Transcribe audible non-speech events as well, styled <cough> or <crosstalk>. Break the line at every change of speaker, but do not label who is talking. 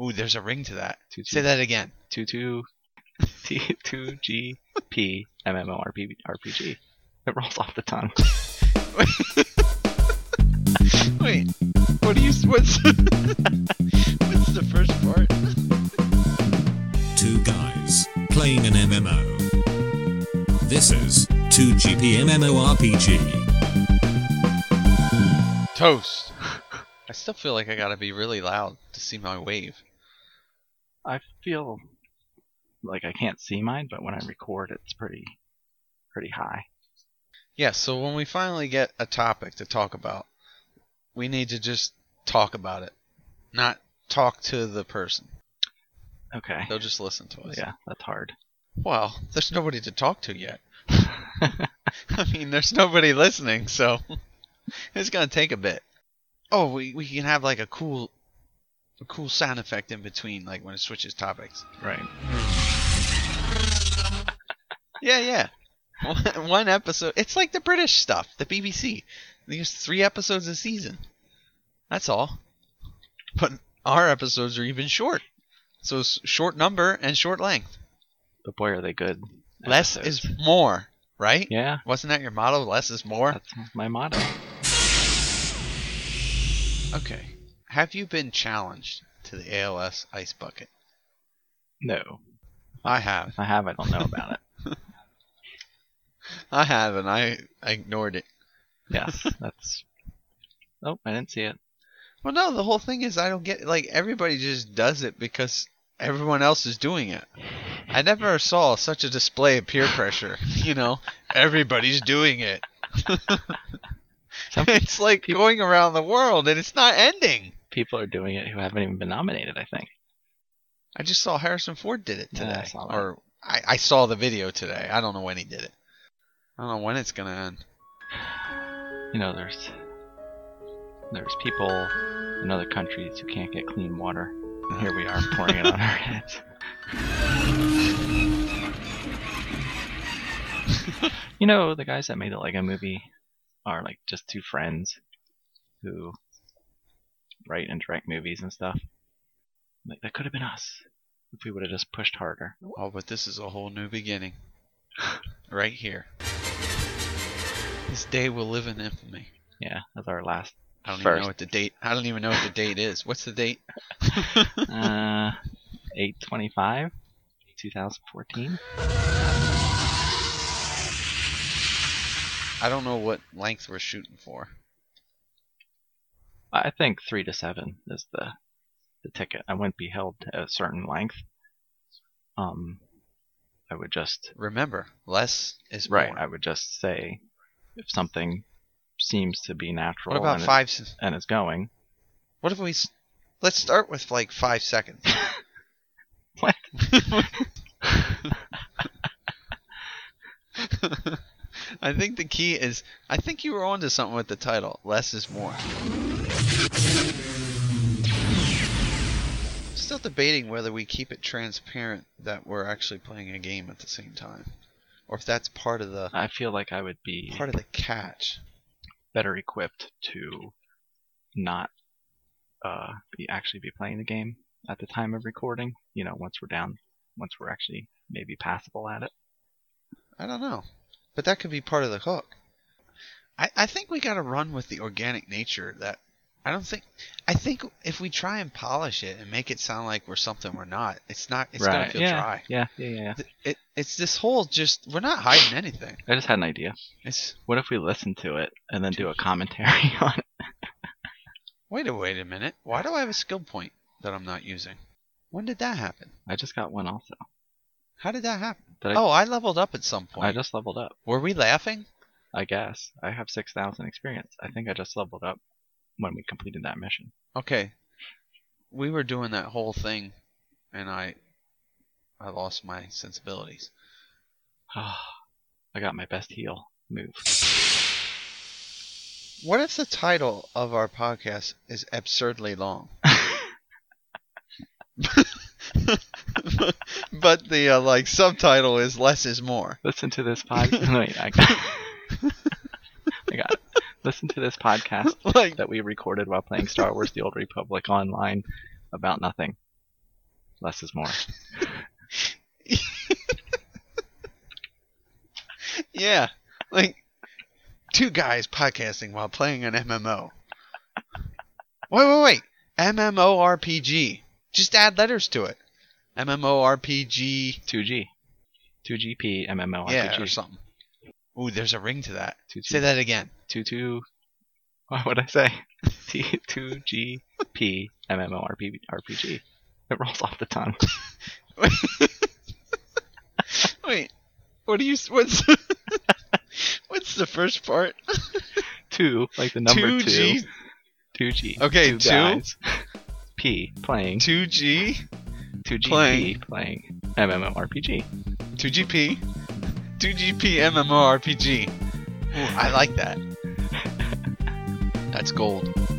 Ooh, there's a ring to that.
Two,
Say
two,
that again. <laughs>
two, two, <laughs> T- two, G, P, MMORPG. RPG. It rolls off the tongue.
Wait, what do you? What's <laughs> what's the first part?
Two guys playing an MMO. This is 2GP MMORPG.
Toast. I still feel like I gotta be really loud to see my wave.
I feel like I can't see mine, but when I record, it's pretty, pretty high.
Yeah, so when we finally get a topic to talk about, we need to just talk about it, not talk to the person.
Okay.
They'll just listen to us.
Yeah,
<laughs>
that's hard.
Well, there's nobody to talk to yet. <laughs> I mean, there's nobody listening, so <laughs> it's gonna take a bit. Oh, we we can have like a cool, a cool sound effect in between, like when it switches topics.
right.
Yeah, yeah. <laughs> One, one episode. It's like the British stuff, the BBC. They use three episodes a season. That's all. But our episodes are even short, so it's short number and short length.
But boy, are they good.
Less
episodes.
is more, right?
Yeah,
Wasn't that your motto? Less is more.
that's my motto.
Okay. Have you been challenged to the ALS ice bucket?
No,
I have.
if I have, I don't know
<laughs>
about it.
I have, and I, I ignored it.
Yes, that's. Oh, I didn't see it.
Well, no, the whole thing is I don't get like everybody just does it because everyone else is doing it. I never saw such a display of peer pressure. You know, everybody's doing it.
Some
<laughs> it's like going around the world, and it's not ending.
people are doing it who haven't even been nominated. I think.
I just saw Harrison Ford did it
Yeah, I
today,
saw that.
or I, I saw the video today. I don't know when he did it. I don't know when it's gonna end.
You know, there's there's people in other countries who can't get clean water. And here we are pouring it on our heads. you know, the guys that made the Lego movie are like just two friends who write and direct movies and stuff. Like that could have been us if we would have just pushed harder.
Oh, but this is a whole new beginning. right here. This day will live in infamy.
Yeah, that's our last.
I don't even
First.
know what the date. I don't even know what the date is. What's the date?
Uh, 825, 2014.
I don't know what length we're shooting for.
I think three to seven is the the ticket. I wouldn't be held to a certain length. Um, I would just
Remember, less is more.
I would just say if something seems to be natural.
What about
and it-
five? s
and it's going.
What if we? s- Let's start with like five seconds.
What?
<laughs> I think the key is. I think you were onto something with the title. Less is more. Still debating whether we keep it transparent that we're actually playing a game at the same time, or if that's part of the
I feel like I would be
part of the catch.
better equipped to not uh, be actually be playing the game at the time of recording. You know, once we're down, once we're actually maybe passable at it.
I don't know. But that could be part of the hook. I, I think we gotta run with the organic nature that I don't think I think if we try and polish it and make it sound like we're something we're not, it's not it's gonna feel
yeah.
dry.
yeah. Yeah. Yeah. Yeah.
Th- It, it's this whole just we're not hiding anything.
I just had an idea.
It's
What if we listen to it and then
<laughs>
do a commentary <laughs> on it?
wait a wait a minute. Why do I have a skill point that I'm not using? When did that happen?
I just got one also.
How did that happen?
Did I,
oh, I leveled up at some point.
I just leveled up.
Were we laughing?
I guess I have six thousand experience. I think I just leveled up when we completed that mission. <sighs>
Okay. We were doing that whole thing and I I lost my sensibilities.
I got my best heal move. <laughs>
What if the title of our podcast is absurdly long? <laughs> but the uh, like subtitle is less is more. <laughs>
Listen to this podcast. no, <laughs> wait, I got, <laughs> I got it. Listen to this podcast
Like
that we recorded while playing Star Wars: The Old Republic online about nothing. Less is more.
Yeah. Like two guys podcasting while playing an MMO. Wait, wait, wait. MMORPG. Just add letters to it. MMORPG.
2G. 2GP MMO
Yeah, or
RPG.
something. Ooh, there's a ring to that.
2G.
Say that again.
2 2. <laughs> What would I say? <laughs> T- 2GP MMORPG. RPG. It rolls off the tongue. <laughs>
Wait. What do you what's <laughs> What's the first part?
2, like the number 2.
2G
2G.
Okay,
two.
two?
guys. P playing
2G
2GP
playing.
playing, playing MMORPG.
2GP 2GP MMORPG. Ooh, I like that. That's gold.